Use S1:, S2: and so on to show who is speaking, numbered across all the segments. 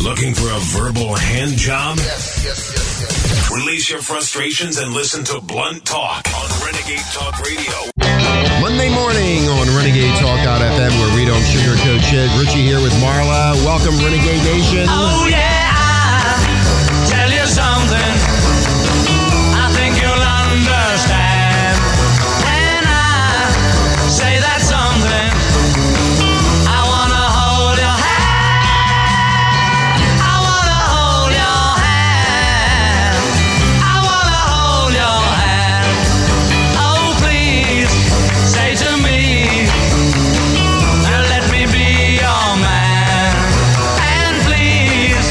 S1: Looking for a verbal hand job?
S2: Yes, yes, yes, yes.
S1: Release your frustrations and listen to Blunt Talk on Renegade Talk Radio.
S3: Monday morning on Renegade Talk Out FM, where we don't sugarcoat shit. Richie here with Marla. Welcome, Renegade Nation.
S4: Oh yeah, I tell you something. I think you'll understand when I say that something. I wanna hold your hand. I wanna hold your hand. I wanna hold your hand. Oh please, say to me. Now let me be your man. And please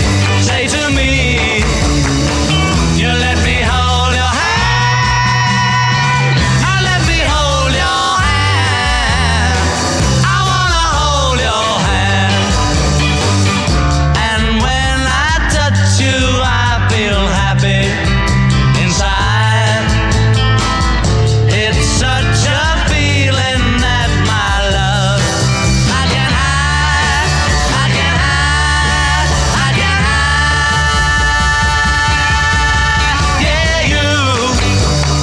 S4: say to me, you let me hold your hand. Now let me hold your hand. I wanna hold your hand. And when I touch you, I feel happy inside. It's such a feeling that my love I can hide, I can hide, I can hide. Yeah, you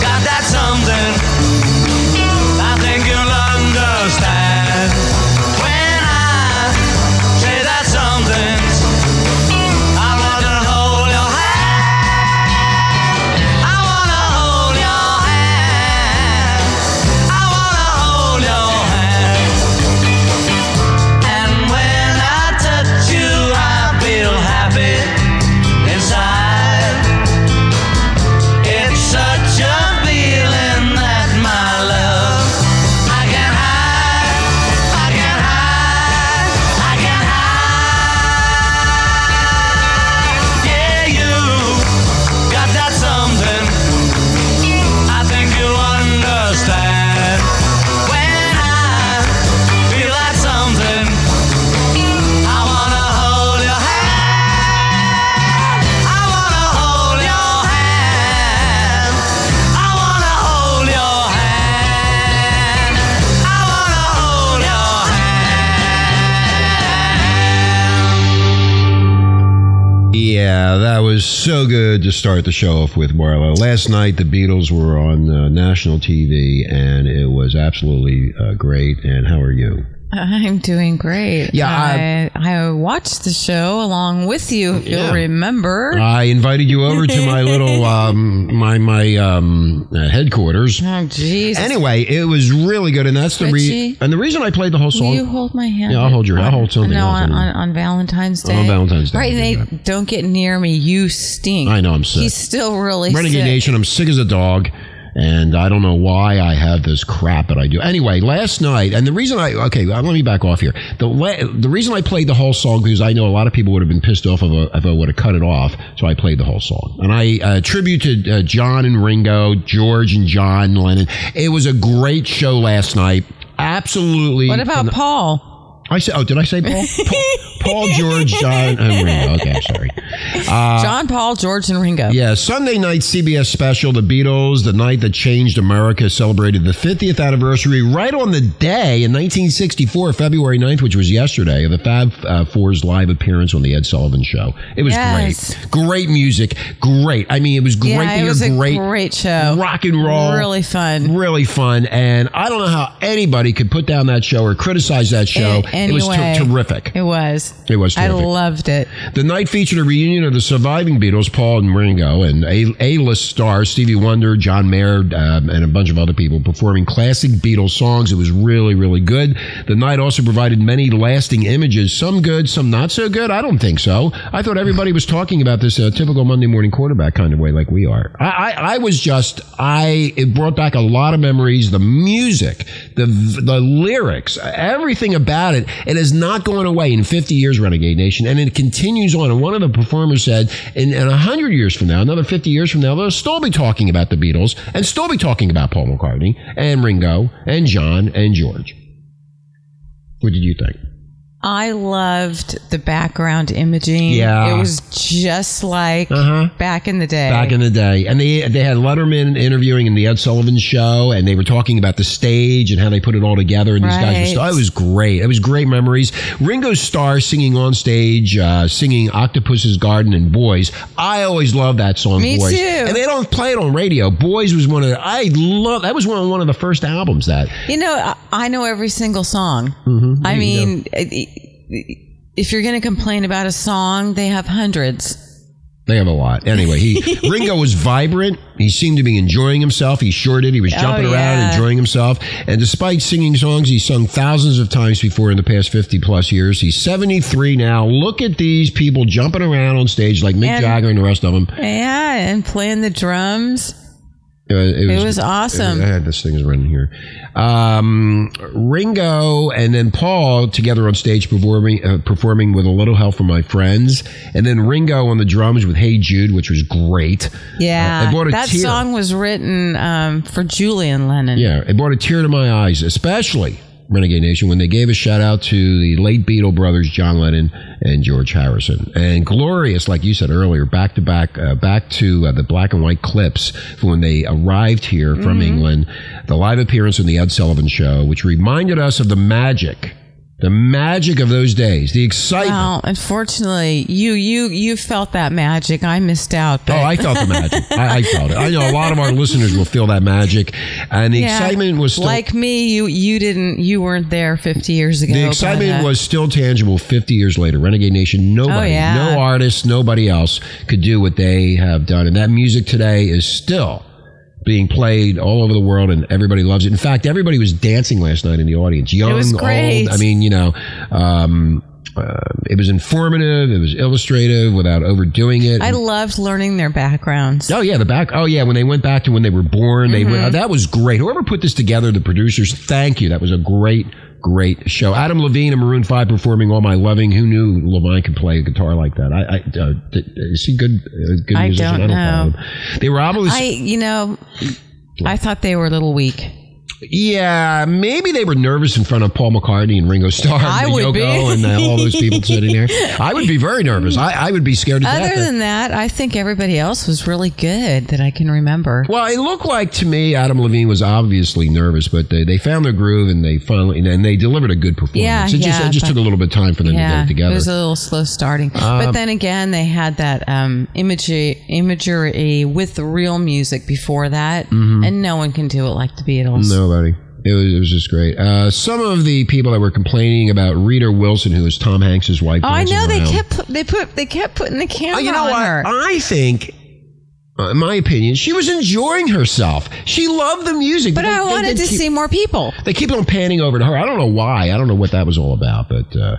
S4: got that something. I think you'll understand when I say that something. I wanna hold your hand. I wanna hold your hand. I wanna hold your hand. And when I touch you, I feel happy inside. It's such a feeling that my love I can hide. I can hide. I can hide. Yeah, you got that something I think you'll understand when I feel that something I wanna hold your hand I wanna hold your hand I wanna hold your hand I wanna hold your hand
S3: Yeah, that was so good to start the show off with Marla. Last night, the Beatles were on uh, national TV, and it was absolutely uh, great. And how are you?
S5: I'm doing great.
S3: Yeah,
S5: I, I watched the show along with you. If
S3: Yeah. Uh,
S5: You'll remember.
S3: I invited you over to my little um, my my um, uh, headquarters.
S5: oh, jeez.
S3: Anyway, it was really good, and that's the reason.
S5: Richie?
S3: And the reason I played the whole
S5: Will
S3: song.
S5: you hold my hand?
S3: Yeah, I'll hold your- I'll hold something,
S5: No,
S3: I'll
S5: on,
S3: hold
S5: on,
S3: it.
S5: on Valentine's Day.
S3: On Valentine's Day,
S5: Right,
S3: I'll
S5: they
S3: do
S5: don't get near me. You stink.
S3: I know, I'm sick.
S5: He's still really
S3: Renegade
S5: sick.
S3: Nation, I'm sick as a dog. And I don't know why I have this crap that I do. Anyway, last night, and the reason I okay, uh, let me back off here. The la- the reason I played the whole song because I know a lot of people would have been pissed off if I, if I would have cut it off. So I played the whole song, and I uh, tributed uh, John and Ringo, George and John Lennon. It was a great show last night. Absolutely.
S5: What about Paul?
S3: I said? Oh, did I say Paul? Paul, Paul George, John, and Ringo. Okay, I'm sorry.
S5: John, Paul, George, and Ringo.
S3: uh, Yeah, Sunday night CBS special, The Beatles, the night that changed America, celebrated the 50th anniversary right on the day in 1964, February 9th, which was yesterday, of the Fab uh, Four's live appearance on The Ed Sullivan Show. It was
S5: Yes.
S3: great. Great music. Great. I mean, it was great
S5: Yeah,
S3: to
S5: it
S3: hear
S5: was a
S3: great,
S5: great show.
S3: rock and roll.
S5: Really fun.
S3: Really fun. And I don't know how anybody could put down that show or criticize that show.
S5: In any
S3: it was ter-
S5: way.
S3: terrific.
S5: It was.
S3: It was
S5: I
S3: terrific.
S5: loved it.
S3: The night featured a reunion of the surviving Beatles, Paul and Ringo, and A list stars Stevie Wonder, John Mayer, um, and a bunch of other people performing classic Beatles songs. It was really, really good. The night also provided many lasting images, some good, some not so good. I don't think so. I thought everybody was talking about this uh, typical Monday morning quarterback kind of way, like we are. I, I, I was just, I it brought back a lot of memories. The music, the the lyrics, everything about it. It has not gone away in 50 years, Renegade Nation, and it continues on. And one of the performers said, in, in 100 years from now, another 50 years from now, they'll still be talking about the Beatles and still be talking about Paul McCartney and Ringo and John and George. What did you think?
S5: I loved the background imaging.
S3: Yeah.
S5: It was just like
S3: Uh-huh.
S5: back in the day.
S3: back in the day. And they they had Letterman interviewing in the Ed Sullivan Show, and they were talking about the stage and how they put it all together. And these guys were
S5: Right.
S3: still, it was great. It was great memories. Ringo Starr singing on stage, uh, singing "Octopus's Garden" and "Boys." I always loved that song.
S5: Me
S3: Boys.
S5: too.
S3: And they don't play it on radio. "Boys" was one of the, I love that was one of, one of the first albums that
S5: you know, I, I know every single song.
S3: Mm-hmm.
S5: I mean, it- it- if you're going to complain about a song, they have hundreds.
S3: They have a lot. Anyway, he Ringo was vibrant. He seemed to be enjoying himself. He sure did. He was jumping around,
S5: Oh, yeah.
S3: enjoying himself. And despite singing songs he's sung thousands of times before in the past 50 plus years, he's 73 now. Look at these people jumping around on stage like Mick
S5: And-
S3: Jagger and the rest of them.
S5: Yeah, and playing the drums.
S3: Uh, It was,
S5: It was awesome.
S3: I had this thing is running here. Um, Ringo and then Paul together on stage performing, uh, performing with a little help from my friends, and then Ringo on the drums with Hey Jude, which was great.
S5: Yeah,
S3: I bought a
S5: that
S3: tear.
S5: song was written um, for Julian Lennon.
S3: Yeah, it brought a tear to my eyes, especially Renegade Nation, when they gave a shout out to the late Beatle brothers, John Lennon and George Harrison. And glorious, like you said earlier, back to back, uh, back to uh, the black and white clips from when they arrived here from England, the live appearance on the Ed Sullivan Show, which reminded us of the magic, the magic of those days, the excitement.
S5: Well, unfortunately, you you you felt that magic. I missed out.
S3: Oh,
S5: But
S3: I felt the magic. I, I felt it. I know a lot of our listeners will feel that magic, and the
S5: Yeah.
S3: excitement was still
S5: like me. You you didn't you weren't there 50 years ago.
S3: The
S5: but,
S3: excitement
S5: uh,
S3: was still tangible 50 years later. Renegade Nation, nobody,
S5: Oh, yeah.
S3: no artist, nobody else could do what they have done. And that music today is still being played all over the world and everybody loves it. In fact, everybody was dancing last night in the audience. Young,
S5: was
S3: old.
S5: great.
S3: I mean, you know, um, uh, it was informative, it was illustrative without overdoing it.
S5: I loved learning their backgrounds.
S3: Oh yeah, the back. Oh yeah, when they went back to when they were born, they
S5: Mm-hmm.
S3: went. oh, that was great. Whoever put this together, the producers, thank you. That was a great, great show. Adam Levine and Maroon Five performing "All My Loving." Who knew Levine could play a guitar like that? I, I uh, th- is he good? Uh, good
S5: I
S3: musician?
S5: don't
S3: follow
S5: know.
S3: him. They were obviously.
S5: I you know, I thought they were a little weak.
S3: yeah, maybe they were nervous in front of Paul McCartney and Ringo Starr
S5: I
S3: and
S5: would
S3: Yoko
S5: be.
S3: and uh, all those people sitting there. I would be very nervous. I, I would be scared to death.
S5: Other than that, I think everybody else was really good that I can remember.
S3: Well, it looked like to me Adam Levine was obviously nervous, but they, they found their groove and they finally and they delivered a good performance.
S5: Yeah,
S3: it just
S5: yeah,
S3: it just
S5: but-
S3: took a little bit of time for them to get it together. Um,
S5: It was a little slow starting, but then again, they had that um, imagery, imagery with the real music before that,
S3: Mm-hmm.
S5: and no one can do it like the Beatles.
S3: Nobody. It was, it was just great. Uh, some of the people that were complaining about Rita Wilson, who is Tom Hanks's wife.
S5: Oh, I
S3: dancing
S5: know they
S3: around.
S5: kept pu- they put they kept putting the camera
S3: Uh, you know
S5: on
S3: what?
S5: her.
S3: I think, uh, in my opinion, she was enjoying herself. She loved the music,
S5: but
S3: they-
S5: I
S3: they-
S5: wanted
S3: they
S5: to
S3: keep-
S5: see more people.
S3: they keep on panning over to her. I don't know why. I don't know what that was all about, but uh,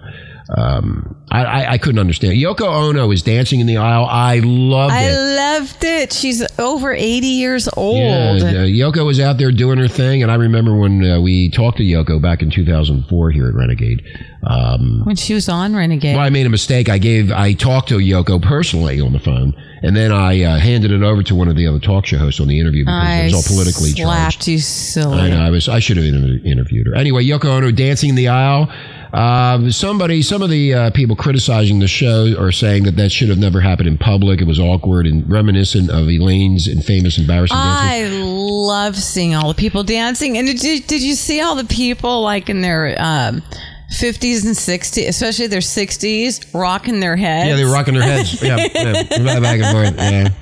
S3: um, I, I, I couldn't understand. Yoko Ono is dancing in the aisle. I loved
S5: I
S3: it.
S5: loved it. She's over eighty years old.
S3: Yeah, uh, Yoko was out there doing her thing, and I remember when uh, we talked to Yoko back in 2004 here at Renegade. Um,
S5: When she was on Renegade,
S3: well, I made a mistake. I gave I talked to Yoko personally on the phone, and then I uh, handed it over to one of the other talk show hosts on the interview because
S5: I
S3: it was all politically charged.
S5: slapped you silly.
S3: I know. I was. I should have inter- interviewed her. Anyway, Yoko Ono dancing in the aisle. Um, somebody, some of the uh, people criticizing the show are saying that that should have never happened in public. It was awkward and reminiscent of Elaine's infamous embarrassing dances.
S5: I love seeing all the people dancing. And did you, did you see all the people like in their um, 50s and 60s, especially their 60s, rocking their heads?
S3: Yeah, they were rocking their heads. Yeah, yeah. back and forth. Yeah.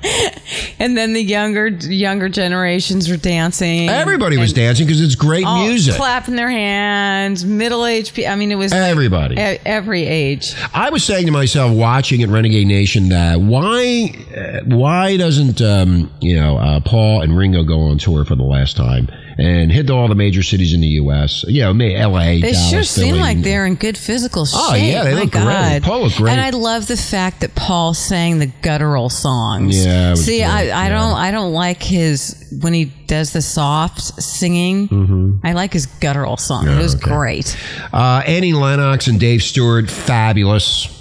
S5: And then the younger younger generations were dancing.
S3: Everybody was dancing because it's great
S5: All
S3: music.
S5: Clapping their hands, middle aged people. I mean, it was
S3: Everybody.
S5: e- every age.
S3: I was saying to myself watching at Renegade Nation that why uh, why doesn't um, you know uh, Paul and Ringo go on tour for the last time and hit all the major cities in the U.S. You know, may- L.A.
S5: They
S3: Dallas,
S5: sure seem
S3: Philly.
S5: like they're in good physical shape.
S3: Oh, yeah, they
S5: My
S3: look great.
S5: God.
S3: Paul looked great.
S5: And I love the fact that Paul sang the guttural songs.
S3: Yeah, it was
S5: See,
S3: great,
S5: I, I
S3: yeah.
S5: don't I don't like his when he does the soft singing.
S3: Mm-hmm.
S5: I like his guttural song. it was great.
S3: Uh, Annie Lennox and Dave Stewart, fabulous.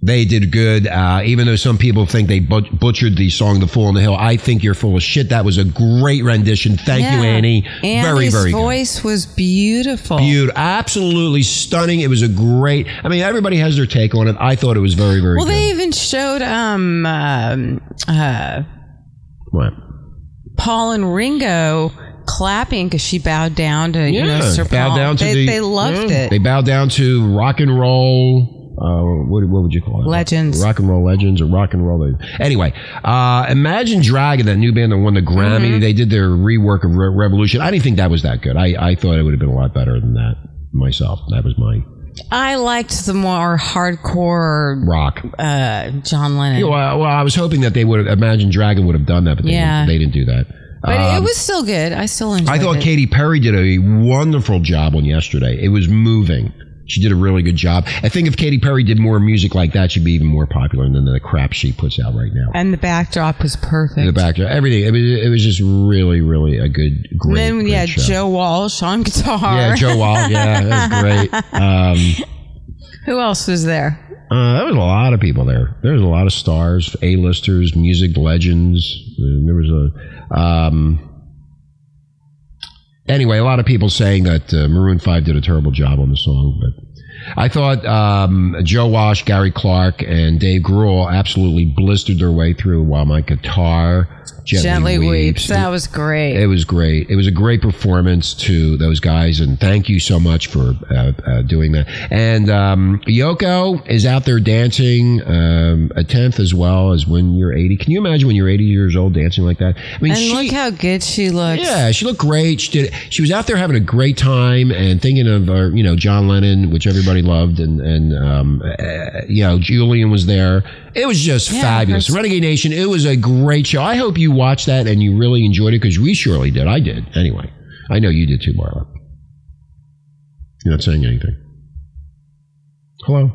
S3: They did good, uh, even though some people think they but- butchered the song "The Fool on the Hill." I think you're full of shit. That was a great rendition. Thank you,
S5: Yeah.
S3: Annie. very,
S5: Annie's
S3: very good.
S5: voice was beautiful.
S3: Beaut- absolutely stunning. It was a great. I mean, everybody has their take on it. I thought it was very, very
S5: Well,
S3: good.
S5: they even showed um, um uh,
S3: What?
S5: Paul and Ringo clapping because she bowed down to you know Sir
S3: bowed
S5: Paul.
S3: down to
S5: they,
S3: the-
S5: they loved
S3: yeah,
S5: it.
S3: They bowed down to rock and roll. Uh, what, what would you call it?
S5: Legends.
S3: Rock and roll legends or rock and roll. Anyway, uh, Imagine Dragon, that new band that won the Grammy,
S5: Mm-hmm.
S3: they did their rework of Re- Revolution. I didn't think that was that good. I, I thought it would have been a lot better than that myself. That was my
S5: I liked the more hardcore
S3: rock.
S5: uh, John Lennon,
S3: Well, I- well, I was hoping that they would have, Imagine Dragon would have done that, but they,
S5: Yeah.
S3: didn't, they didn't do that.
S5: but
S3: Um,
S5: it was still good. I still enjoyed
S3: I thought
S5: it.
S3: Katy Perry did a wonderful job on yesterday. It was moving. She did a really good job. I think if Katy Perry did more music like that, she'd be even more popular than the crap she puts out right now.
S5: and the backdrop was perfect.
S3: In the background, everything. It was, it was just really, really a good,
S5: and
S3: great.
S5: then we
S3: great
S5: had
S3: show.
S5: Joe Walsh on guitar.
S3: Yeah, Joe Wall. Yeah, that was great. Um,
S5: Who else was there?
S3: uh, there was a lot of people there. There was a lot of stars, A-listers, music legends. Uh, There was a. Um, anyway, a lot of people saying that uh, Maroon Five did a terrible job on the song, but I thought um, Joe Wash, Gary Clark, and Dave Grohl absolutely blistered their way through while my guitar gently,
S5: Gently
S3: weeps.
S5: Weeps. That was great.
S3: It was great. It was a great performance to those guys, and thank you so much for uh, uh, doing that. And um, Yoko is out there dancing um, a tenth as well as when you're 80. Can you imagine when you're 80 years old dancing like that? I mean,
S5: and
S3: she,
S5: look how good she looks.
S3: yeah, she looked great. She did. She was out there having a great time and thinking of, uh, you know, John Lennon, which everybody loved, and and um, uh, you know, Julian was there. It was just fabulous.
S5: that's-
S3: Renegade Nation. It was a great show. I hope you watched that and you really enjoyed it because we surely did. I did. Anyway, I know you did too, Marla. You're not saying anything. Hello.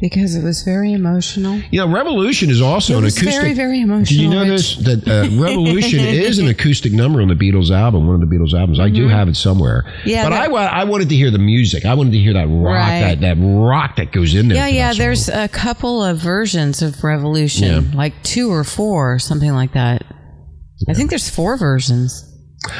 S5: Because it was very emotional.
S3: You know, Revolution is also
S5: It
S3: an
S5: was
S3: acoustic.
S5: very,
S3: Did
S5: very
S3: you
S5: emotional,
S3: know
S5: Rich.
S3: this? That uh, Revolution is an acoustic number on the Beatles album, one of the Beatles albums. I do have it somewhere.
S5: Mm-hmm. Yeah,
S3: but
S5: that-
S3: I, wa- I wanted to hear the music. I wanted to hear that rock,
S5: Right.
S3: that, that rock that goes in there.
S5: Yeah,
S3: to
S5: yeah.
S3: that song.
S5: There's a couple of versions of Revolution, like two or four, or something like that. I think there's four versions.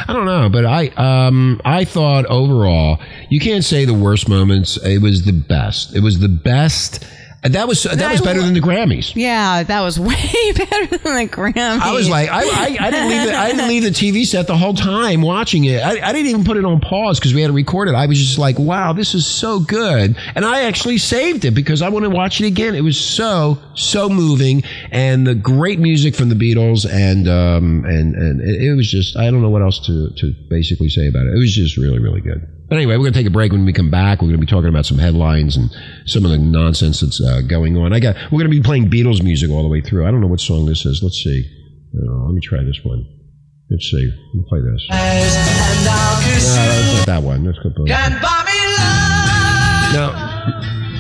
S3: I don't know, but I um I thought overall you can't say the worst moments. It was the best. It was the best. That was that was better than the Grammys.
S5: Yeah, that was way better than the Grammy.
S3: I was like, I, I, I didn't leave the, I didn't leave the TV set the whole time watching it. I, I didn't even put it on pause because we had to record it. I was just like, wow, this is so good, and I actually saved it because I want to watch it again. It was so so moving, and the great music from the Beatles, and um, and and it, it was just I don't know what else to to basically say about it. It was just really really good. But anyway, we're going to take a break. When we come back, we're going to be talking about some headlines and some of the nonsense that's uh, going on. I got we're going to be playing Beatles music all the way through. I don't know what song this is. Let's see. Uh, let me try this one. Let's see. Let me play this. No,
S4: And I'll kiss
S3: that's not that one. Let's go. play-
S4: and buy me love.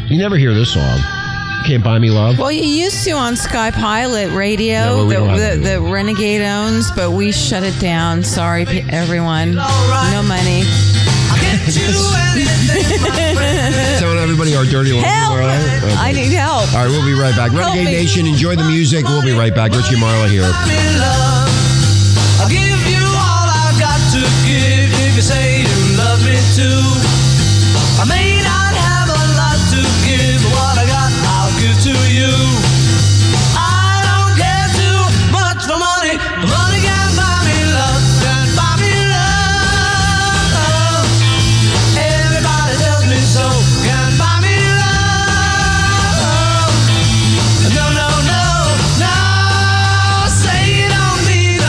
S3: No, you never hear this song. Can't buy me love.
S5: well, you used to on Sky Pilot
S3: No,
S5: Radio
S3: we
S5: that
S3: don't have
S5: the,
S3: to do
S5: the, Renegade owns, but we shut it down. Sorry, pe- everyone.
S4: right.
S5: No money.
S4: I'll get you anything, my friend.
S3: Telling everybody our dirty little.
S5: Help!
S3: Okay.
S5: I need help.
S3: All right, we'll be right back. Renegade
S5: me.
S3: Nation, enjoy the music. We'll be right back. Richie Marla here.
S4: Buy me love. I'll give you all I've got to give if you say you love me too. I may not have a lot to give, but what I got I'll give to you. I don't care too much for money. Money can buy me love, can buy me love. Everybody tells me so. Can buy me love. No, no, no, no. Say you don't need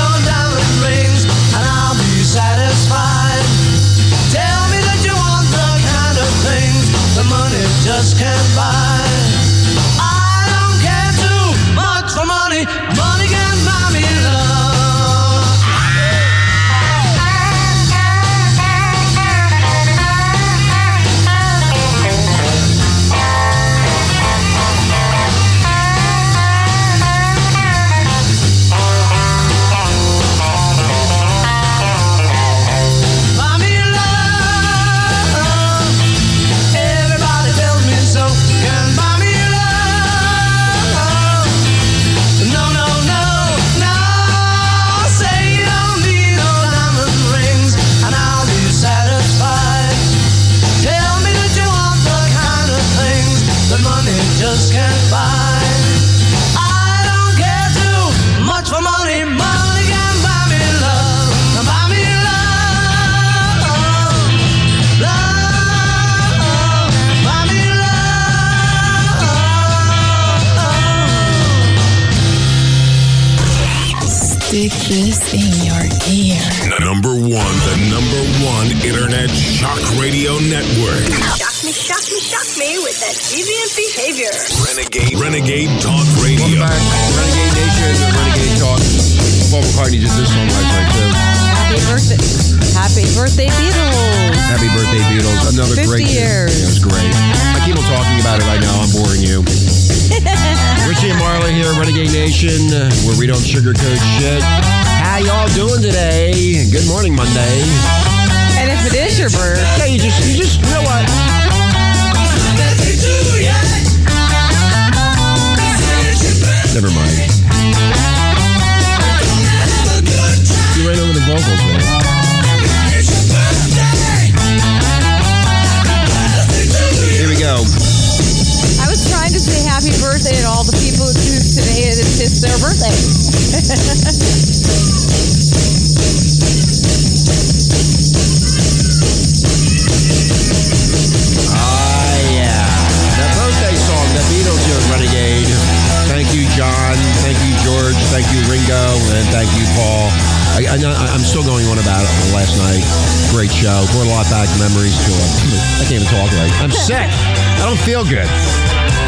S4: just can't buy. I don't care too much for money. Money can buy me love. Buy me love. Love. Buy me love.
S2: Stick this in your ear.
S1: Number one, the number one internet shock radio network.
S6: Shock me, shock me, shock me with that deviant behavior.
S1: Renegade, Renegade Talk Radio.
S3: Welcome back. Renegade Nation and Renegade Talk. Paul McCartney did this song last night, too.
S5: Happy birthday. Happy birthday, Beatles.
S3: Happy Birthday, Beatles. Another
S5: 50
S3: great
S5: years.
S3: It was great. I keep on talking about it. I know I'm boring you. Richie and Marley here, Renegade Nation, uh, where we don't sugarcoat shit. How y'all doing today? Good morning, Monday.
S5: And if it is your birth,
S3: Yeah, you just, you just, you know what? Never mind. You ran over the vocals, man. Here we go.
S5: I was trying to say happy birthday to all the people who choose today. It is it's their birthday.
S3: Ah, yeah. The birthday song, The Beatles here at Renegade. Thank you, John. Thank you, George. Thank you, Ringo. And thank you, Paul. I, I, know- I- I'm still going on about it from last night. Great show. Brought a lot back memories to it. I can't even talk right. I'm sick. I don't feel good.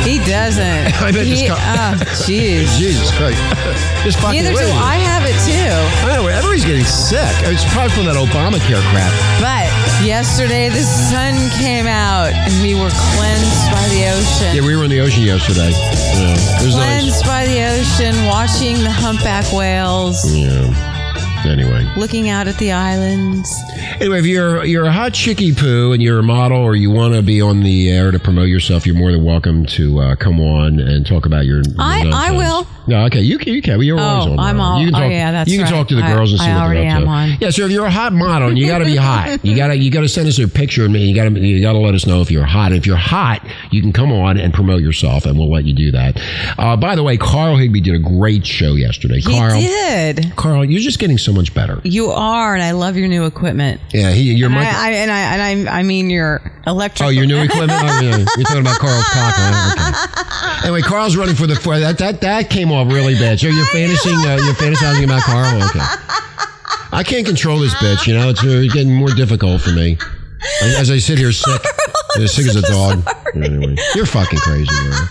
S5: He doesn't.
S3: I bet
S5: he,
S3: this co-
S5: oh, jeez.
S3: Jesus Christ. This fucking
S5: Neither do
S3: lady.
S5: I have it too.
S3: I know, everybody's getting sick. It's probably from that Obamacare crap.
S5: But yesterday the sun came out and we were cleansed by the ocean.
S3: Yeah, we were in the ocean yesterday. Yeah. It was nice.
S5: cleansed by the ocean, watching the humpback whales,
S3: Yeah. Anyway.
S5: looking out at the islands.
S3: Anyway, if you're you're a hot chicky poo and you're a model or you want to be on the air to promote yourself, you're more than welcome to uh, come on and talk about your. your
S5: I-
S3: nonsense.
S5: I will.
S3: No, okay, you can. You can. You're always
S5: Oh,
S3: on.
S5: I'm
S3: now.
S5: all-
S3: You can
S5: oh,
S3: talk,
S5: yeah, that's
S3: You can
S5: right.
S3: talk to the
S5: I-
S3: girls and
S5: I
S3: see what
S5: already
S3: they're up
S5: am
S3: to.
S5: on.
S3: Yeah, so if you're a hot model and you got to be hot, you gotta you gotta send us a picture of me. You gotta you gotta let us know if you're hot. If you're hot, you can come on and promote yourself, and we'll let you do that. Uh, by the way, Carl Higby did a great show yesterday.
S5: He
S3: Carl,
S5: did.
S3: Carl, you're just getting so much better.
S5: You are, and I love your new equipment.
S3: Yeah, he, your
S5: And
S3: mic-
S5: I, I, and I and I, I mean your electric.
S3: Oh, your new equipment. Oh, yeah. You're talking about Carl's cock. huh? Okay. Anyway, Carl's running for the for that that that came off really bad. So you're fantasizing uh, you're fantasizing about Carl. Okay. I can't control this bitch. You know, it's uh, getting more difficult for me I- as I sit here sick, as sick as a dog. Anyway, you're fucking crazy. Laura.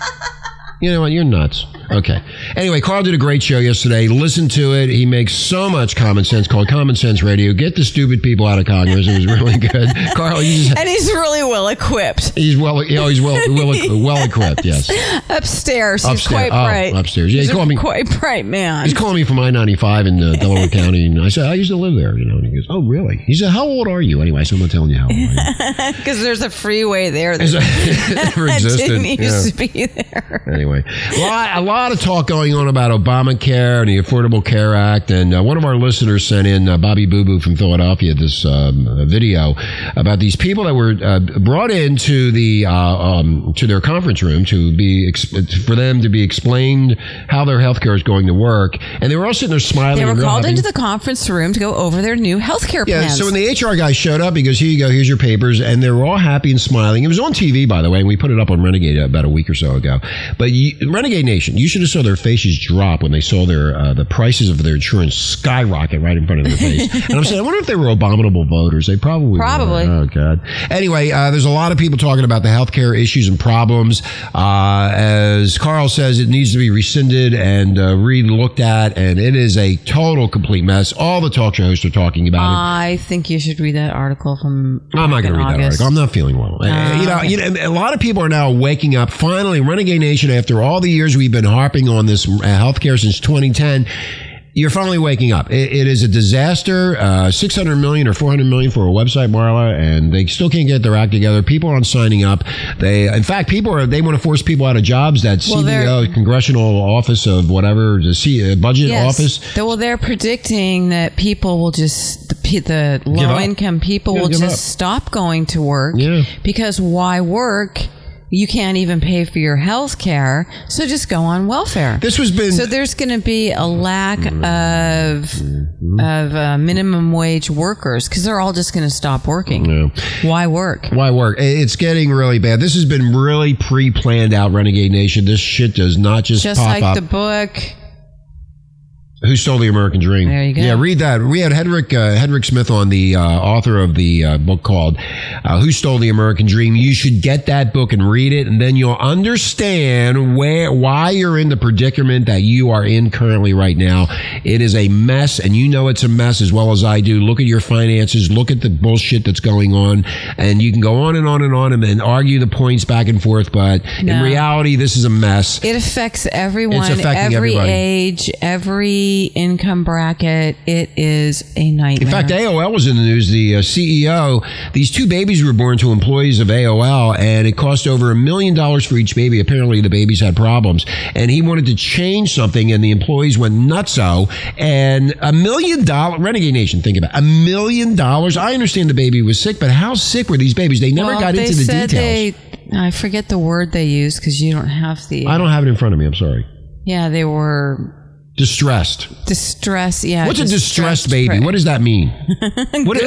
S3: You know what? You're nuts. Okay. Anyway, Carl did a great show yesterday. Listen to it. He makes so much common sense called Common Sense Radio. Get the stupid people out of Congress. It was really good. Carl, you just
S5: and he's really well equipped.
S3: He's well. You know, he's well well, well equipped. Yes.
S5: Upstairs, he's
S3: Upstairs.
S5: quite
S3: Oh,
S5: bright.
S3: upstairs. Yeah,
S5: he's
S3: he called
S5: a
S3: me-
S5: quite bright man.
S3: He's calling me from I ninety five in uh, Delaware County, and I said I used to live there. You know, and he goes, "Oh, really?" He said, "How old are you?" Anyway, so I'm not telling you how old. I
S5: Because there's a freeway there
S3: am.
S5: that
S3: It never existed.
S5: didn't
S3: Yeah.
S5: used to be there.
S3: Anyway, a lot, a lot of talk going on about Obamacare and the Affordable Care Act. And uh, one of our listeners sent in uh, Bobby Boo Boo from Philadelphia this um, uh, video about these people that were uh, brought into the uh, um, to their conference room to be exp- for them to be explained how their health care is going to work. And they were all sitting there smiling.
S5: They were
S3: and real
S5: called
S3: happy.
S5: into the conference room to go over their new healthcare
S3: Yeah,
S5: plans.
S3: so when the HR guy showed up, he goes, Here you go, here's your papers. And they were all happy and smiling. It was on TV, by the way, and we put it up on Renegade about a week or so ago. But you, Renegade Nation, you should have saw their faces drop when they saw their uh, the prices of their insurance skyrocket right in front of their face. and I'm saying, I wonder if they were abominable voters. They probably were.
S5: Probably.
S3: Oh, God. Anyway, uh, there's a lot of people talking about the healthcare issues and problems. Uh, as Carl says, it needs to be rescinded and uh, re-looked at, and it is a total, complete mess. All the talk show hosts are talking about it.
S5: I think you should read that article from.
S3: I'm not going to
S5: in
S3: read that
S5: August.
S3: article. I'm not feeling well. Uh, you know, you know, a lot of people are now waking up. Finally, Renegade Nation, after all the years we've been harping on this uh, healthcare since 2010. You're finally waking up. It, it is a disaster. Uh, 600 million or 400 million for a website, Marla, and they still can't get their act together. People aren't signing up. They, in fact, people are. They want to force people out of jobs. That
S5: Well, they're-
S3: CBO, Congressional Office of whatever, the C, uh, Budget
S5: Yes.
S3: Office.
S5: Though, well, they're predicting that people will just the, pe- the
S3: up.
S5: low income people
S3: Yeah,
S5: will
S3: give
S5: just
S3: up.
S5: stop going to work.
S3: Yeah.
S5: Because why work? you can't even pay for your health care, so just go on welfare.
S3: This has been Mm-hmm.
S5: so there's going to be a lack of of uh, minimum wage workers because they're all just going to stop working. Why work?
S3: Why work? I- It's getting really bad. This has been really pre-planned out, Renegade Nation. This shit does not just,
S5: Just
S3: pop
S5: like
S3: up.
S5: the book.
S3: Who stole the American Dream?
S5: There you go.
S3: Yeah, read that. We had Hedrick uh, Hedrick Smith on the uh, author of the uh, book called uh, "Who Stole the American Dream." You should get that book and read it, and then you'll understand where why you're in the predicament that you are in currently right now. It is a mess, and you know it's a mess as well as I do. Look at your finances. Look at the bullshit that's going on, and you can go on and on and on and, and argue the points back and forth. But in
S5: No.
S3: reality, this is a mess.
S5: It affects everyone,
S3: It's affecting
S5: every
S3: everybody.
S5: age, every income bracket. It is a nightmare.
S3: In fact, AOL was in the news. The uh, CEO, these two babies were born to employees of AOL, and it cost over a million dollars for each baby. Apparently, the babies had problems, and he wanted to change something, and the employees went nutso. And a million dollar renegade nation. Think about it. a million dollars. I understand the baby was sick, but how sick were these babies? They never
S5: Well,
S3: got
S5: they
S3: into the
S5: said
S3: details.
S5: They, I forget the word they used because you don't have the.
S3: I don't have it in front of me. I'm sorry.
S5: yeah, they were
S3: Distressed.
S5: distressed. Yeah.
S3: What's a distressed
S5: distressed
S3: baby?
S5: pre-
S3: What does that mean? What?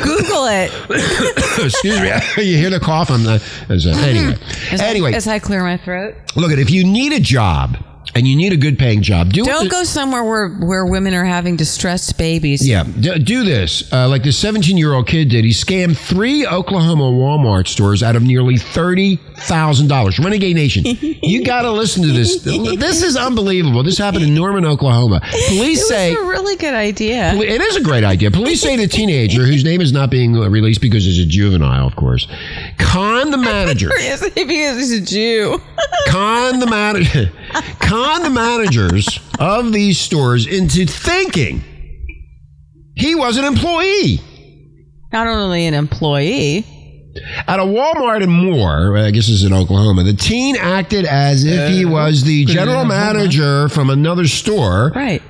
S5: Google it.
S3: excuse me. you hear the cough? I'm not. is that- Anyway. anyway.
S5: as I clear my throat.
S3: Look at if you need a job and you need a good paying job, do
S5: Don't
S3: it.
S5: go somewhere where where women are having distressed babies.
S3: yeah, d- do this. Uh, like this 17 year old kid did. He scammed three Oklahoma Walmart stores out of nearly $30,000. Renegade Nation, you got to listen to this. This is unbelievable. This happened in Norman, Oklahoma. Police
S5: It
S3: say.
S5: was a really good idea.
S3: Poli- It is a great idea. Police say the teenager, whose name is not being released because he's a juvenile, of course, con the manager.
S5: Yes, because he's a Jew.
S3: con the manager con the managers of these stores into thinking he was an employee
S5: Not only an employee,
S3: at a Walmart and more, I guess this is in Oklahoma, the teen acted as if he was the general manager from another store.
S5: right?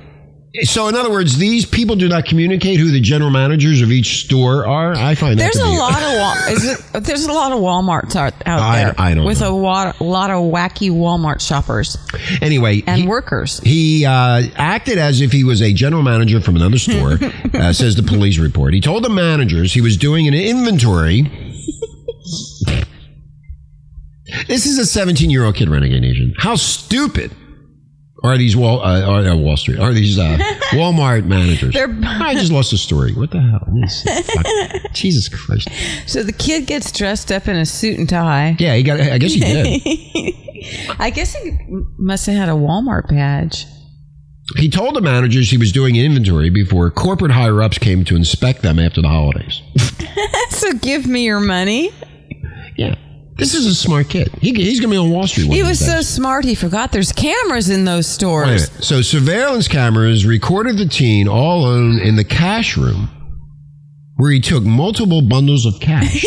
S3: So, in other words, these people do not communicate who the general managers of each store are. I find
S5: There's
S3: that
S5: a
S3: to be-
S5: lot of Wal- is it, there's a lot of WalMarts out, out
S3: I-
S5: there
S3: I don't
S5: with
S3: know.
S5: a lot, lot of wacky Walmart shoppers
S3: Anyway,
S5: and
S3: he-
S5: workers.
S3: He uh, acted as if he was a general manager from another store, uh, says the police report. He told the managers he was doing an inventory. this is a 17 year old kid renegade nation. How stupid are these Wall, uh, are, uh, Wall Street? Are these uh, Walmart managers?
S5: They're-
S3: I just lost the story. What the hell? This is- fuck. Jesus Christ.
S5: So the kid gets dressed up in a suit and tie.
S3: Yeah, he got. I guess he did.
S5: I guess he must have had a Walmart badge.
S3: He told the managers he was doing inventory before corporate higher ups came to inspect them after the holidays.
S5: So give me your money.
S3: Yeah. This is a smart kid. He, he's going to be on Wall Street. One
S5: He
S3: of
S5: was
S3: these
S5: so
S3: days.
S5: smart he forgot there's cameras in those
S3: Wait a
S5: stores.
S3: minute. So surveillance cameras recorded the teen all alone in the cash room, where he took multiple bundles of cash.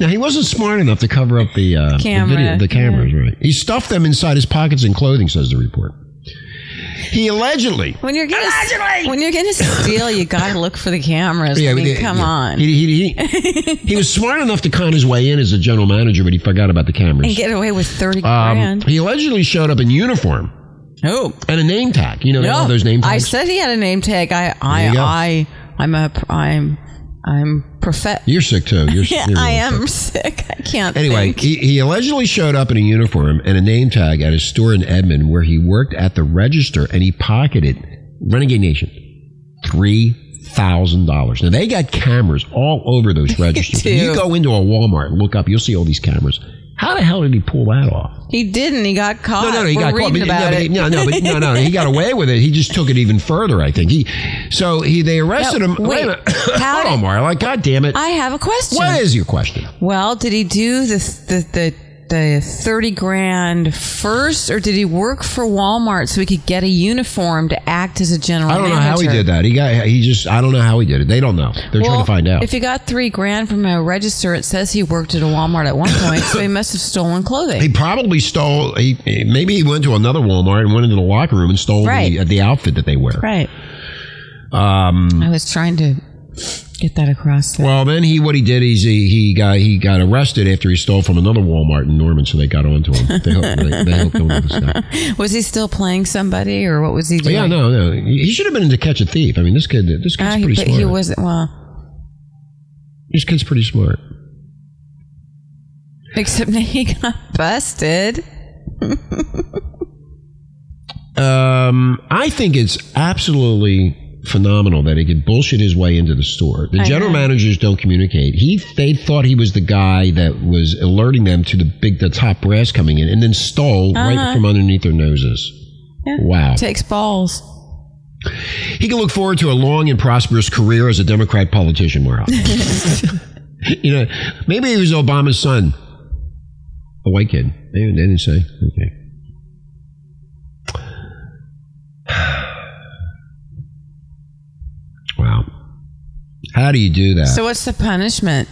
S3: now he wasn't smart enough to cover up the uh, the
S5: Camera,
S3: video, the cameras, right? He stuffed them inside his pockets and clothing, says the report. He allegedly
S5: When you're gonna when you're gonna steal, you gotta look for the cameras. I
S3: Yeah,
S5: mean,
S3: yeah,
S5: come
S3: yeah.
S5: on,
S3: He, he, he, he was smart enough to con his way in as a general manager, but he forgot about the cameras.
S5: and get away with thirty
S3: Um,
S5: grand.
S3: he allegedly showed up in uniform
S5: oh
S3: and a name tag. You know, they
S5: no,
S3: have those name
S5: I
S3: tags.
S5: said he had a name tag. I
S3: There you go.
S5: I I I'm a I'm I'm prophet.
S3: You're sick too. You're,
S5: Yeah,
S3: you're really
S5: I am
S3: sick.
S5: sick. I can't.
S3: Anyway,
S5: think.
S3: he, he allegedly showed up in a uniform and a name tag at his store in Edmond, where he worked at the register, and he pocketed Renegade Nation three thousand dollars. Now they got cameras all over those registers.
S5: do.
S3: you go into a Walmart and look up, you'll see all these cameras. How the hell did he pull that off?
S5: he didn't. He got caught.
S3: No, no, no, he
S5: Oh, We're
S3: got caught.
S5: reading
S3: but- no,
S5: about
S3: but he-
S5: it.
S3: no, no, but no, no, he got away with it. He just took it even further. I think he. So he, they arrested him.
S5: No,
S3: Wait,
S5: wait.
S3: a minute.
S5: How
S3: Hold on,
S5: did-
S3: Marla. Like, God damn it!
S5: I have a question.
S3: what is your question?
S5: Well, did he do the the the, the thirty grand first, or did he work for Walmart so he could get a uniform to act as a general?
S3: I don't know how he did that. He got. He just. I don't know how he did it. They don't know. They're trying to find out.
S5: If he got three grand from a register, it says he worked at a Walmart at one point, so he must have stolen clothing.
S3: he probably stole. He maybe he went to another Walmart and went into the locker room and stole
S5: Right.
S3: the, the outfit that they wear.
S5: right.
S3: Um,
S5: I was trying to Get that across. There.
S3: Well, then he what he did is he, he got he got arrested after he stole from another Walmart in Norman, so they got onto him. They hooked, they, they hooked him with the stuff.
S5: Was he still playing somebody, or what was he
S3: But
S5: doing?
S3: Oh, yeah, no, no, he he should have been into Catch a Thief. I mean, this kid, this kid's
S5: Ah, he,
S3: pretty
S5: but
S3: smart.
S5: he wasn't. Well,
S3: this kid's pretty smart.
S5: except now he got busted.
S3: Um, I think it's absolutely phenomenal that he could bullshit his way into the store. The
S5: I
S3: general
S5: know.
S3: managers don't communicate. He they thought he was the guy that was alerting them to the big the top brass coming in, and then stole right from underneath their noses.
S5: Uh-huh. Yeah.
S3: Wow.
S5: Takes balls.
S3: He can look forward to a long and prosperous career as a Democrat politician, Mark. you know, maybe he was Obama's son, a white kid. They they didn't say. Okay. Wow. How do you do that?
S5: So what's the punishment?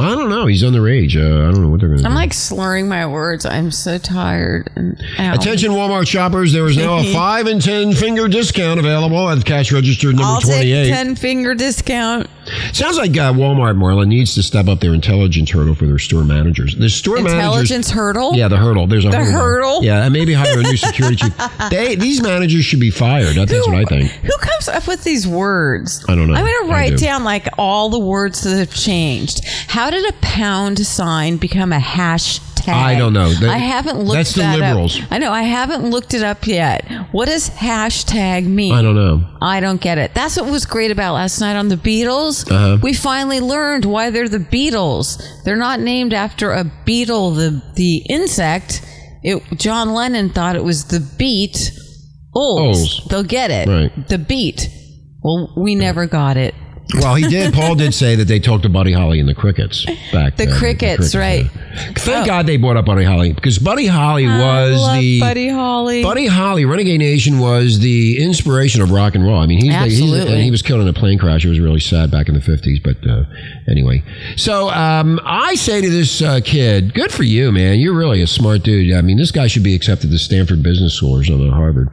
S3: I don't know. He's underage. Uh, I don't know what they're going to do.
S5: I'm like slurring my words. I'm so tired. And ow.
S3: Attention Walmart shoppers, there is now a 5 and 10 finger discount available at cash register number
S5: I'll
S3: 28.
S5: take ten finger discount.
S3: Sounds like uh, Walmart, Marla, needs to step up their intelligence hurdle for their store managers. The store managers.
S5: Intelligence hurdle.
S3: Yeah, the hurdle. There's a
S5: The
S3: hurdle.
S5: hurdle?
S3: Yeah, and maybe hire a new security chief. They, these managers should be fired. That- That's what I think.
S5: Who comes up with these words?
S3: I don't know.
S5: I'm going
S3: I
S5: to write
S3: do.
S5: down like all the words that have changed. How did a pound sign become a hashtag?
S3: I don't know. That-
S5: I haven't looked.
S3: that's the
S5: that up.
S3: liberals.
S5: I know. I haven't looked it up yet. What does hashtag mean?
S3: I don't know.
S5: I don't get it. That's what was great about last night on the Beatles.
S3: Uh-huh.
S5: We finally learned why they're the Beatles. They're not named after a beetle, the the insect. It, John Lennon thought it was the beat. Olds.
S3: Olds.
S5: They'll get it.
S3: Right.
S5: The beat. Well, we never got it.
S3: Well, he did. Paul did say that they talked to Buddy Holly and the Crickets back
S5: The
S3: then.
S5: crickets, right? Oh.
S3: yeah. Thank God they brought up Buddy Holly because Buddy Holly
S5: I
S3: was
S5: love
S3: the
S5: Buddy Holly.
S3: Buddy Holly, Renegade Nation was the inspiration of rock and roll. I mean, he's, the- he's
S5: Absolutely.
S3: and he was killed in a plane crash. It was really sad back in the fifties, but uh, anyway. So um, I say to this uh, kid, "Good for you, man. You're really a smart dude. I mean, this guy should be accepted to Stanford Business School or something, or Harvard."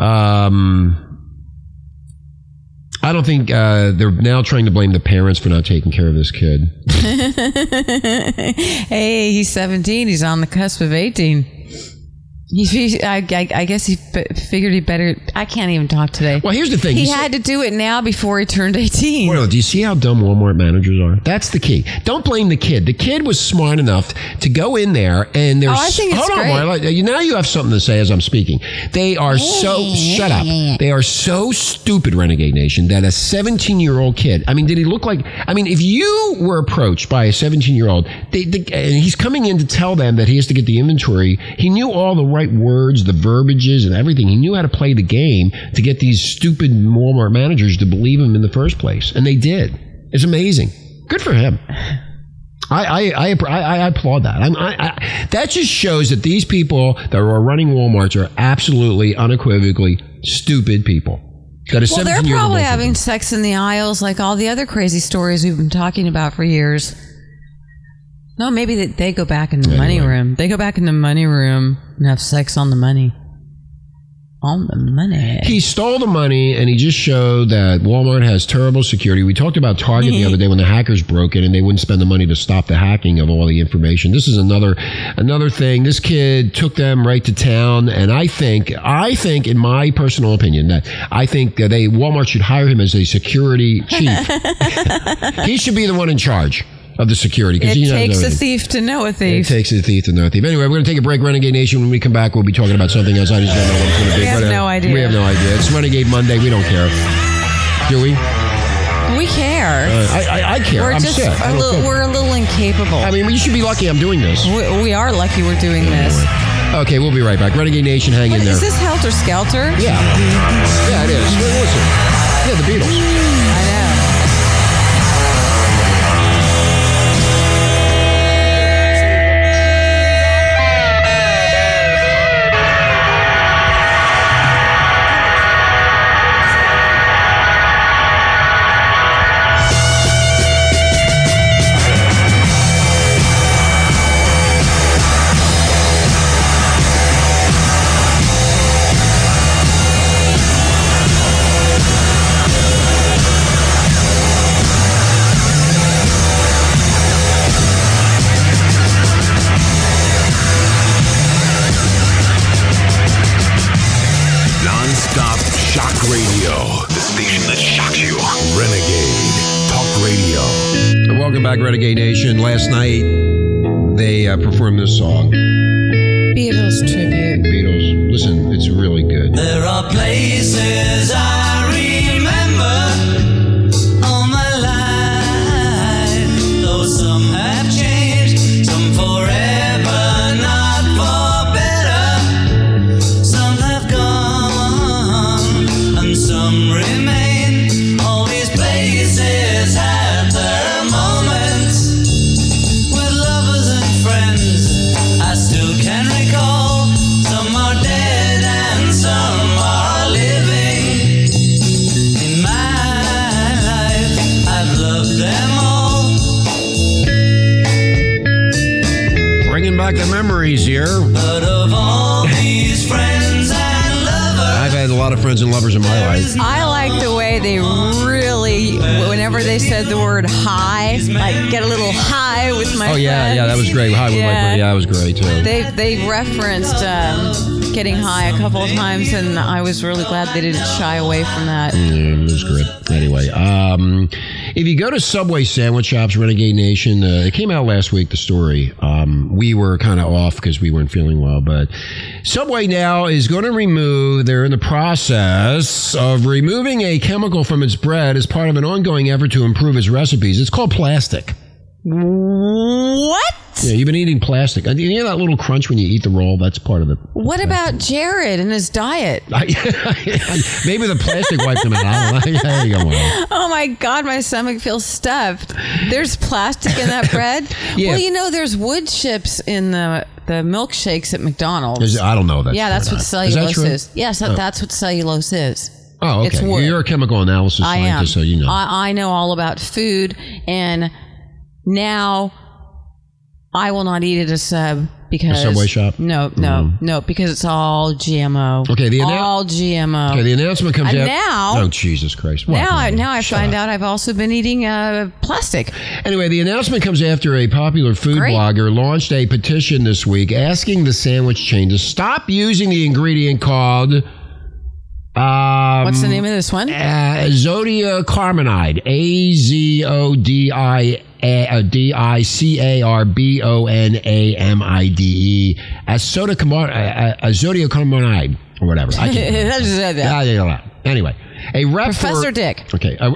S3: Um. I don't think uh, they're now trying to blame the parents for not taking care of this kid.
S5: hey, he's 17. He's on the cusp of 18. He, he- I, I- I guess he fi- figured he better. I can't even talk today.
S3: Well, here's the thing.
S5: He
S3: You see-
S5: had to do it now before he turned 18.
S3: Well, do you see how dumb Walmart managers are? That's the key. Don't blame the kid. The kid was smart enough to go in there, and there's.
S5: Oh, I think it's
S3: hold
S5: great.
S3: on, Marla. You- Now you have something to say as I'm speaking. They are so shut up. They are so stupid, Renegade Nation. That a 17 year old kid. I mean, did he look like? I mean, if you were approached by a 17 year old, they, they, and he's coming in to tell them that he has to get the inventory. He knew all the right words, the verbiages, and everything. He knew how to play the game to get these stupid Walmart managers to believe him in the first place, and they did. It's amazing. Good for him. I, I, I, I, I applaud that. I'm, I, I, that just shows that these people that are running Walmarts are absolutely, unequivocally stupid people. That is
S5: Well, they're
S3: 17-year-old
S5: probably
S3: will-
S5: having sex in the aisles like all the other crazy stories we've been talking about for years. No, maybe they, they go back in the money
S3: Anyway.
S5: room. They go back in the money room and have sex on the money. On the money.
S3: He stole the money and he just showed that Walmart has terrible security. We talked about Target
S5: Mm-hmm.
S3: the other day when the hackers broke in and they wouldn't spend the money to stop the hacking of all the information. This is another another thing. This kid took them right to town and I think I think in my personal opinion that I think that they Walmart should hire him as a security chief. he should be the one in charge of the security because
S5: It
S3: he knows
S5: takes a
S3: everything.
S5: thief to know a
S3: It
S5: thief.
S3: takes a thief to know a thief. Anyway, we're going to take a break, Renegade Nation. When we come back, we'll be talking about something else. I just don't know what it's going to be.
S5: We have
S3: Whatever.
S5: no idea.
S3: We have no idea. It's Renegade Monday. We don't care. Do we? Uh,
S5: we care.
S3: I, I, I care.
S5: we're
S3: I'm
S5: just
S3: sick. I
S5: a
S3: don't
S5: little,
S3: care.
S5: we're a little incapable.
S3: I mean, you should be lucky I'm doing this.
S5: we, we are lucky we're doing this.
S3: Okay, we'll be right back. Renegade Nation, hang in
S5: What,
S3: there.
S5: is this Helter Skelter?
S3: yeah. Yeah, it is. Well, listen. Yeah, the Beatles.
S5: I
S3: All
S1: Stop Shock Radio. The station that shocks you. Renegade Talk Radio.
S3: Welcome back, Renegade Nation. Last night they uh, performed this song,
S5: Beatles tribute.
S3: Beatles. Listen, it's really good.
S4: There are places I remember all my life, though some have changed, some forever, not for better. Some have gone and some remain. All these places had their moments. With lovers and friends, I still can recall. Some are dead and some are living. In my life, I've loved them all.
S3: Bringing back the memories here.
S4: But of all these friends and lovers,
S3: I've had a lot of friends and lovers in my life.
S5: I like the way they really, whenever they said the word high, like get a little high with my
S3: Oh yeah,
S5: friends.
S3: yeah, that was great. Hi, with my
S5: Yeah.
S3: friend. yeah, that was great too.
S5: They they referenced um, getting high a couple of times, and I was really glad they didn't shy away from that.
S3: Yeah, it was good. Anyway, um, if you go to Subway sandwich shops, Renegade Nation, uh, it came out last week. The story um, we were kind of off because we weren't feeling well, but Subway now is going to remove. They're in the process of removing a chemical from its bread as part of an ongoing effort to improve its recipes. It's called plastic.
S5: What?
S3: Yeah, you've been eating plastic. You hear that little crunch when you eat the roll? That's part of it.
S5: What about Jared and his diet?
S3: Maybe the plastic wiped them out. I don't know. Yeah, you go, well.
S5: Oh my God, my stomach feels stuffed. There's plastic in that bread.
S3: Yeah.
S5: Well, you know, there's wood chips in the the milkshakes at McDonald's.
S3: Is- I don't know. if That's true
S5: yeah,
S3: or
S5: that's what
S3: not. Is that
S5: cellulose
S3: true?
S5: is. Yes, that, that's what cellulose is.
S3: Oh, okay.
S5: It's wood.
S3: You're a chemical analysis
S5: I am.
S3: scientist, so you know.
S5: I, I know all about food, and now I will not eat at a sub because
S3: Subway shop? Mm-hmm.
S5: No, no, no, because it's all GMO.
S3: Okay, the annou-
S5: all GMO.
S3: okay, the announcement comes
S5: And
S3: out
S5: Uh, now-
S3: Oh, Jesus Christ! What?
S5: now, I, now I
S3: Shut
S5: find
S3: up.
S5: out I've also been eating uh, plastic.
S3: Anyway, the announcement comes after a popular food
S5: Great.
S3: blogger launched a petition this week asking the sandwich chain to stop using the ingredient called um,
S5: What's the name of this one?
S3: uh, Zodia Carbonide, A Z O D I A- uh, D I C A R B O N A M I D E, Azodia uh, Carbonide, or whatever. I can't Ah,
S5: I just said that.
S3: Yeah, yeah, yeah. Anyway, a rep
S5: Professor
S3: for,
S5: Dick.
S3: Okay, a,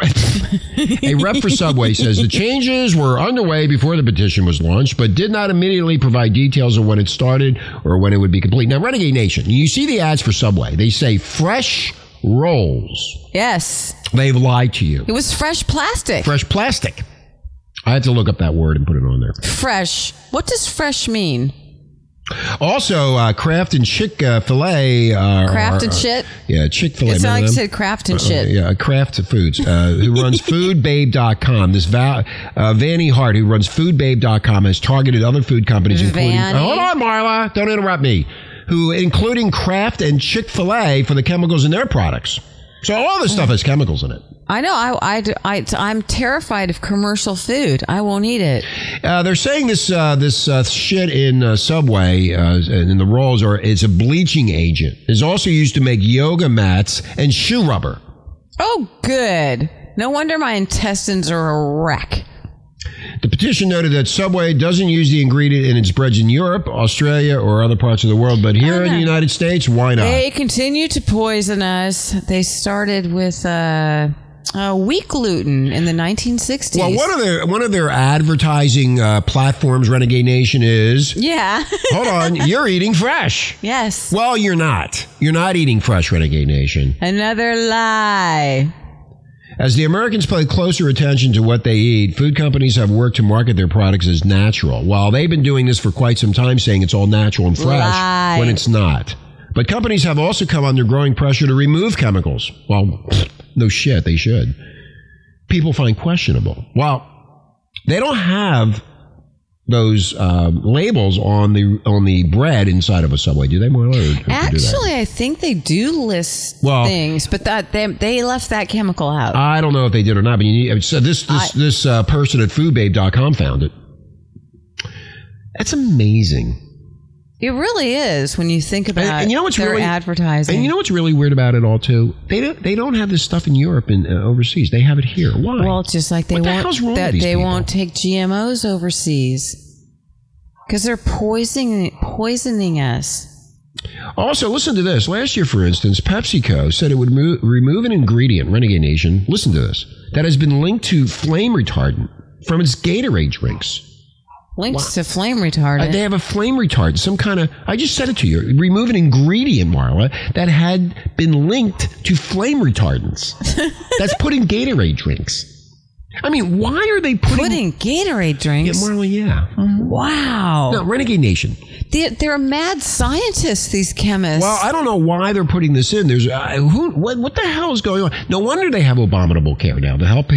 S3: a rep for Subway says the changes were underway before the petition was launched, but did not immediately provide details of when it started or when it would be complete. Now, Renegade Nation, you see the ads for Subway. They say fresh rolls.
S5: Yes,
S3: They've lied to you.
S5: it was fresh plastic. Fresh.
S3: Fresh plastic. I had to look up that word and put it on there.
S5: What does fresh mean?
S3: Also, uh, Kraft and Chick Filet. Uh,
S5: Craft and
S3: are-
S5: shit.
S3: Yeah, Chick Fil A.
S5: It sounded like you said craft and shit.
S3: Uh, Yeah, Kraft Foods, uh, who runs foodbabe.com. This Va- uh, Vanny Hart, who runs foodbabe.com, has targeted other food companies, including.
S5: Vanny?
S3: Hold on, Marla. Don't interrupt me. Who, including Kraft and Chick fil A, for the chemicals in their products. So all this stuff has chemicals in it.
S5: I know. I, I, I, am terrified of commercial food. I won't eat it.
S3: Uh, they're saying this uh, this uh, shit in uh, Subway uh, and in the rolls are it's a bleaching agent. It's also used to make yoga mats and shoe rubber.
S5: Oh, good. No wonder my intestines are a wreck.
S3: The petition noted that Subway doesn't use the ingredient in its breads in Europe, Australia, or other parts of the world, but here in the United States, why not?
S5: They continue to poison us. They started with uh, uh, wheat gluten in the 1960s.
S3: well, one of their one of their advertising uh, platforms, Renegade Nation, is
S5: yeah.
S3: hold on, you're eating fresh.
S5: yes.
S3: Well, you're not. You're not eating fresh, Renegade Nation.
S5: Another lie.
S3: As the Americans pay closer attention to what they eat, food companies have worked to market their products as natural. While they've been doing this for quite some time, saying it's all natural and fresh,
S5: Right.
S3: when it's not. But companies have also come under growing pressure to remove chemicals. Well, no shit, they should. People find questionable. Well, they don't have those um, labels on the on the bread inside of a subway, do they? Marla, or do they do that?
S5: Actually, I think they do list
S3: Well- Uh.
S5: things, but that they, they left that chemical out.
S3: I don't know if they did or not, but you need, so this this this uh, person at foodbabe.com found it. That's amazing.
S5: It really is when you think about
S3: And, and you know what's
S5: their
S3: really
S5: advertising.
S3: And you know what's really weird about it all too? They don't they don't have this stuff in Europe and uh, overseas. They have it here. Why?
S5: well, it's just like they
S3: What the hell's
S5: won't
S3: wrong with
S5: that
S3: these
S5: they
S3: people?
S5: won't take GMOs overseas because they're poisoning poisoning us.
S3: Also, listen to this. Last year, for instance, PepsiCo said it would mo- remove an ingredient, Renegade Nation, listen to this, that has been linked to flame retardant from its Gatorade drinks.
S5: Links to flame
S3: Uh,
S5: retardant.
S3: they have a flame retardant, some kind of, I just said it to you, remove an ingredient, Marla, that had been linked to flame retardants that's put in Gatorade drinks. I mean, why are they putting...
S5: putting Gatorade
S3: yeah,
S5: drinks. Mm-hmm.
S3: Marla, yeah.
S5: wow.
S3: No, Renegade Nation.
S5: They, they're mad scientists, these chemists.
S3: Well, I don't know why they're putting this in. There's uh, who, what, what the hell is going on? No wonder they have abominable care now to help.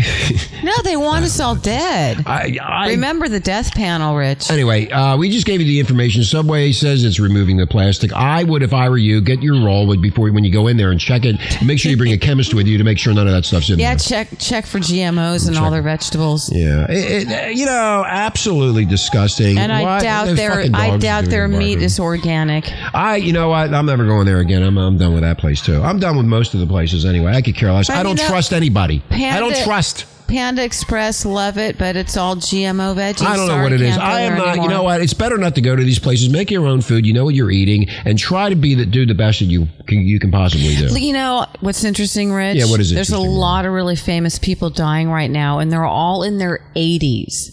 S5: no, they want us all dead.
S3: I, I
S5: Remember the death panel, Rich.
S3: Anyway, uh, we just gave you the information. Subway says it's removing the plastic. I would, if I were you, get your roll with- before when you go in there and check it. Make sure you bring a chemist with you to make sure none of that stuff's in
S5: Yeah,
S3: there.
S5: check check for GMOs and all their vegetables.
S3: Yeah, It- it- you know, absolutely disgusting.
S5: And I
S3: What
S5: doubt
S3: the
S5: their
S3: fucking
S5: I
S3: dogs
S5: doubt
S3: doing
S5: their
S3: in the
S5: meat
S3: market?
S5: is organic.
S3: I, you know what? I'm never going there again. I'm, I'm done with that place too. I'm done with most of the places anyway. I could care less.
S5: But
S3: I
S5: you
S3: don't
S5: know-
S3: trust anybody. I don't
S5: Panda-
S3: trust.
S5: Panda Express, love it, but it's all GMO veggies.
S3: I don't know
S5: Sorry,
S3: what it is.
S5: can't go
S3: I am
S5: there
S3: not. You
S5: anymore.
S3: know what? It's better not to go to these places. Make your own food. You know what you're eating, and try to be the do the best that you can, you can possibly do.
S5: You know what's interesting, Rich?
S3: Yeah, what is
S5: There's a
S3: interesting?
S5: lot of really famous people dying right now, and they're all in their 80s.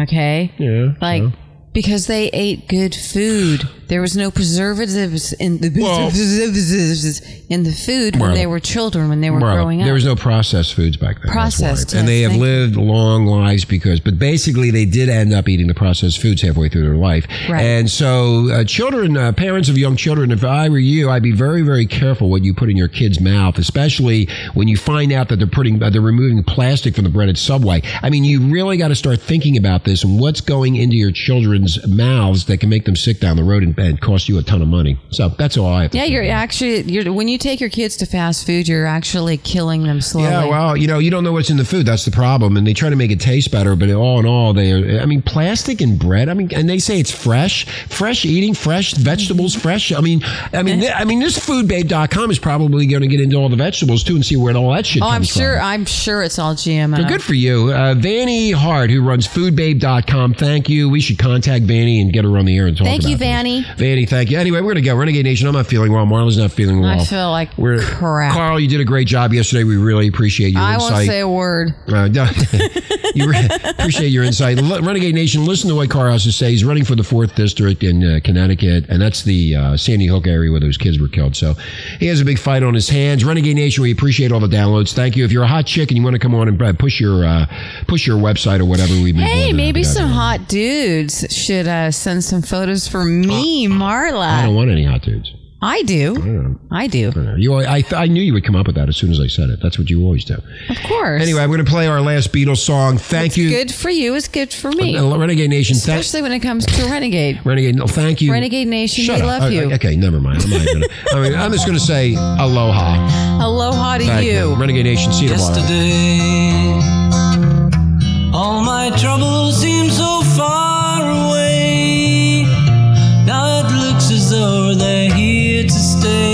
S5: Okay.
S3: Yeah,
S5: Like because they ate good food, there was no preservatives in the
S3: Well-
S5: in the food when
S3: Marla.
S5: they were children when they were
S3: Marla,
S5: growing up.
S3: there was no processed foods back then. that's why.
S5: Processed,
S3: and they
S5: yes,
S3: have
S5: thank
S3: lived
S5: you.
S3: long lives because. But basically, they did end up eating the processed foods halfway through their life.
S5: Right.
S3: And so, uh, children, uh, parents of young children, if I were you, I'd be very, very careful what you put in your kid's mouth, especially when you find out that they're putting uh, they're removing plastic from the bread at Subway. I mean, you really got to start thinking about this and what's going into your children's mouths that can make them sick down the road and, and cost you a ton of money. So that's all I have. to
S5: yeah,
S3: say
S5: you're
S3: about it.
S5: actually you're when you take your kids to fast food, you're actually killing them slowly.
S3: Yeah, well, you know, you don't know what's in the food. That's the problem. And they try to make it taste better, but all in all, they are, I mean, plastic and bread. I mean, and they say it's fresh, fresh eating, fresh vegetables, fresh. I mean, I mean, I mean, this foodbabe.com is probably going to get into all the vegetables too and see where all that shit
S5: oh,
S3: comes
S5: I'm sure
S3: from.
S5: I'm sure it's all GMO.
S3: But good for you. Uh, Vanny Hart, who runs foodbabe.com, thank you. We should contact Vanny and get her on the air and talk
S5: Thank
S3: about
S5: you,
S3: this.
S5: Vanny.
S3: Vanny, thank you. Anyway, we're going to go. Renegade Nation, I'm not feeling well. Marla's not feeling well.
S5: I feel like
S3: We're,
S5: crap.
S3: Carl, you did a great job yesterday. We really appreciate your
S5: I
S3: insight.
S5: won't say a word.
S3: Uh, no, you re- appreciate your insight. L- Renegade Nation, listen to what Carhouse is saying. He's running for the 4th District in uh, Connecticut, and that's the uh, Sandy Hook area where those kids were killed. So he has a big fight on his hands. Renegade Nation, we appreciate all the downloads. Thank you. If you're a hot chick and you want to come on and uh, push your uh, push your website or whatever we've been uh,
S5: Hey,
S3: building,
S5: maybe
S3: I've got
S5: some
S3: it.
S5: hot dudes should uh, send some photos for me,
S3: Uh, I
S5: Marla.
S3: don't want any hot dudes.
S5: I do. I do.
S3: I don't know. You, al- I, th- I knew you would come up with that as soon as I said it. That's what you always do.
S5: Of course.
S3: Anyway, I'm going to play our last Beatles song. Thank you.
S5: good for you is good for me.
S3: Uh, Renegade Nation, thank
S5: Especially when it comes to Renegade.
S3: Renegade, no, thank you.
S5: Renegade Nation,
S3: Shut
S5: we
S3: up.
S5: love
S3: Uh,
S5: you.
S3: Okay, never mind. I'm, not even gonna, I mean, I'm just going to say aloha.
S5: Aloha to
S3: Thank
S5: you.
S3: Renegade Nation. See you tomorrow.
S4: Yesterday, all my troubles seem so far away. Now it looks as though they're here to stay. Oh, Oh, Oh, Oh, Mm-hmm.